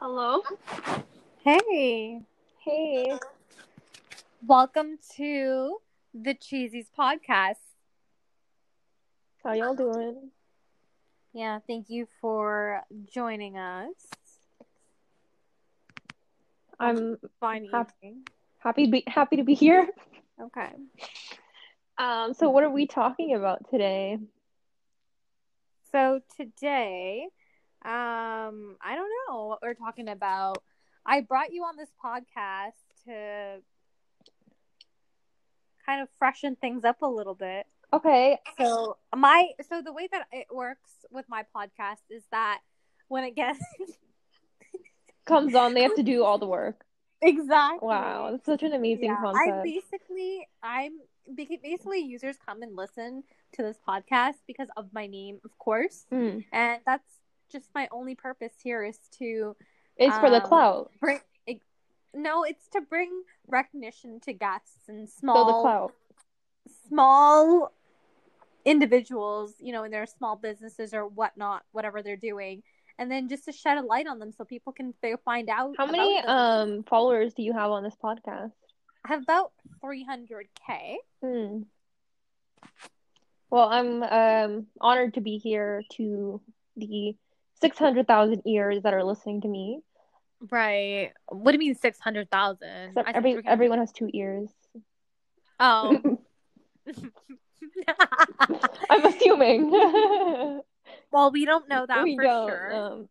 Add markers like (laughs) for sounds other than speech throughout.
Hello. Hey. Hey. Welcome to the Cheesies podcast. How y'all doing? Yeah, thank you for joining us. I'm Fine Hap- evening. happy to be happy to be here. Okay. Um, so what are we talking about today? So today, um, I don't know what we're talking about. I brought you on this podcast to kind of freshen things up a little bit. Okay. So my so the way that it works with my podcast is that when it gets (laughs) Comes on, they have to do all the work. exactly Wow, that's such an amazing Yeah, I concept. basically I'm beca- basically users come and listen to this podcast because of my name, of (laughs) course, Mm. and that's just my only purpose here is to It's for the Um, clout. bring. It, no, it's to bring recognition to guests and So the small clout. small individuals, you know, in their small businesses or whatnot, whatever they're doing, and then just to shed a light on them so people can fi- find out. How about many them. um followers do you have on this podcast? I have about three hundred k. Hmm. Well, I'm um honored to be here to the six hundred thousand ears that are listening to me. Right. What do you mean six hundred thousand? Except every everyone has two ears. Oh. (laughs) I'm assuming. we (laughs) well, we don't know (laughs) (laughs) that for don't. sure. Um,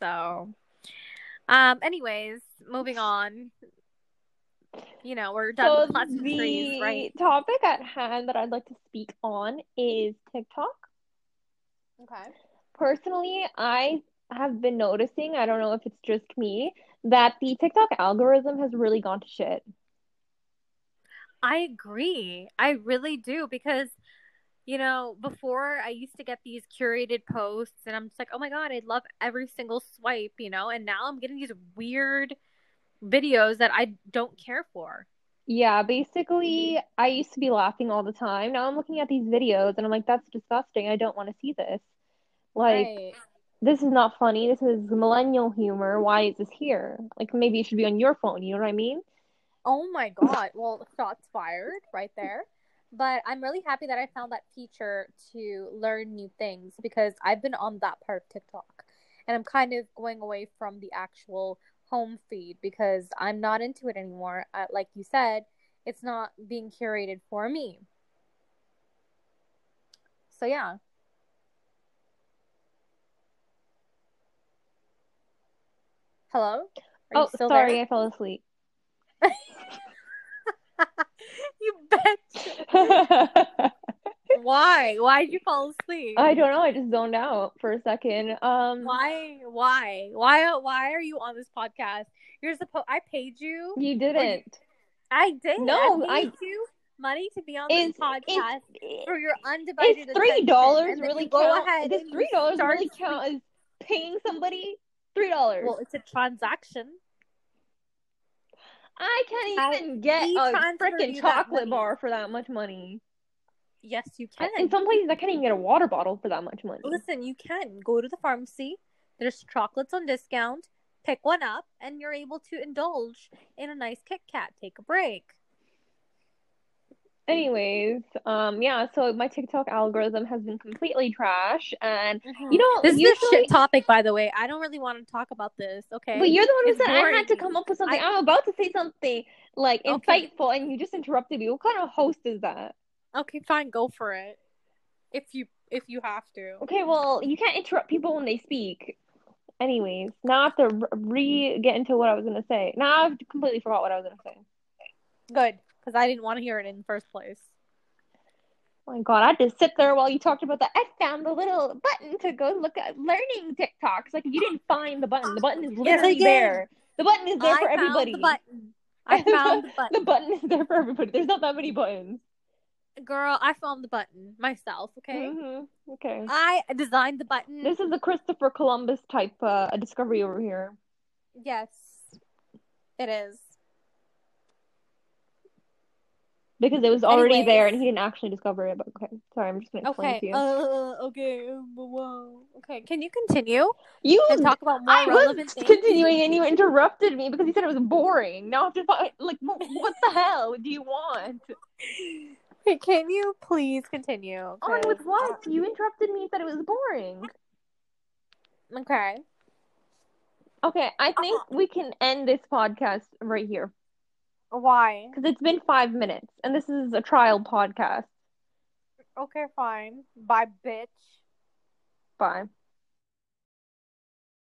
So, um. Anyways, moving on. You know, we're done so with lots of the trees, right? topic at hand that I'd like to speak on is TikTok. Okay. Personally, I have been noticing, I don't know if it's just me, that the TikTok algorithm has really gone to shit. I agree. I really do because you know, before I used to get these curated posts and I'm just like, "Oh my god, I love every single swipe," you know, and now I'm getting these weird videos that I don't care for. Yeah, basically, I used to be laughing all the time. Now I'm looking at these videos and I'm like, that's disgusting. I don't want to see this. Like, Right. this is not funny. This is millennial humor. Why is this here? Like, maybe it should be on your phone. You know what I mean? Oh my god. Well, shots fired right there. But I'm really happy that I found that feature to learn new things because I've been on that part of TikTok and I'm kind of going away from the actual home feed because I'm not into it anymore. Uh, like you said, it's not being curated for me. So, yeah. Hello? Are you Oh, still sorry, (laughs) there? I fell asleep. (laughs) you bet. I Why? Why did you fall asleep? don't know. I just zoned out for a second. Um, Why? Why? Why? Why are you on this podcast? You're supposed. I paid you. you didn't. I did. No, I I- paid you money to be on Is this podcast is for your undivided. is three dollars attention, and then really you go count? ahead Does and you three dollars start really count as paying somebody three dollars? Well, it's a transaction. I I- can't even get we a transfer freaking you that chocolate money. bar for that much money. Yes, you In can. some places, I can't even get a water bottle for that much money. Listen, you can go to the pharmacy. There's chocolates on discount. Pick one up, and you're able to indulge in a nice Kit Kat. Take a break. Anyways, um, yeah. So my TikTok algorithm has been completely trash, and Mhm. you know, This usually, is a shit topic, by the way. I don't really want to talk about this. Okay. But you're the one who It's said I had to boring. come up with something. I... am about to say something like Okay. insightful, and you just interrupted me. What kind of host is that? okay, fine, go for it. If you if you have to. Okay, well, you can't interrupt people when they speak. Anyways, now I have to re get into what I was gonna say. Now I've completely forgot what I was gonna say. Good, because I didn't want to hear it in the first place. Oh my god, I had to sit there while you talked about the. I found the little button to go look at learning TikToks. Like you didn't find the button. The button is I literally did. there. The button is there I for found everybody. the button. (laughs) I found the button. The button is there for everybody. There's not that many buttons. Girl, I found the button myself, okay? Mm-hmm. Okay. I designed the button. This is a Christopher Columbus type uh, discovery over here. Yes. It is. because it was already Anyways. there and he didn't actually discover it. But okay, sorry, I'm just gonna explain it to Okay. you. Uh, okay. uh, Whoa. Okay. Can you continue you (gasps) and talk about more I relevant was things? continuing and you interrupted me because you said it was boring. Now I have to find like wh- what the hell do you (laughs) want? Okay, Can you please continue? On with 'Cause, what? You interrupted me and said it was boring. uh, Okay. Okay, I think we can end this podcast right here. Why? because it's been five minutes and this is a trial podcast. Okay, fine. Bye, bitch. Bye.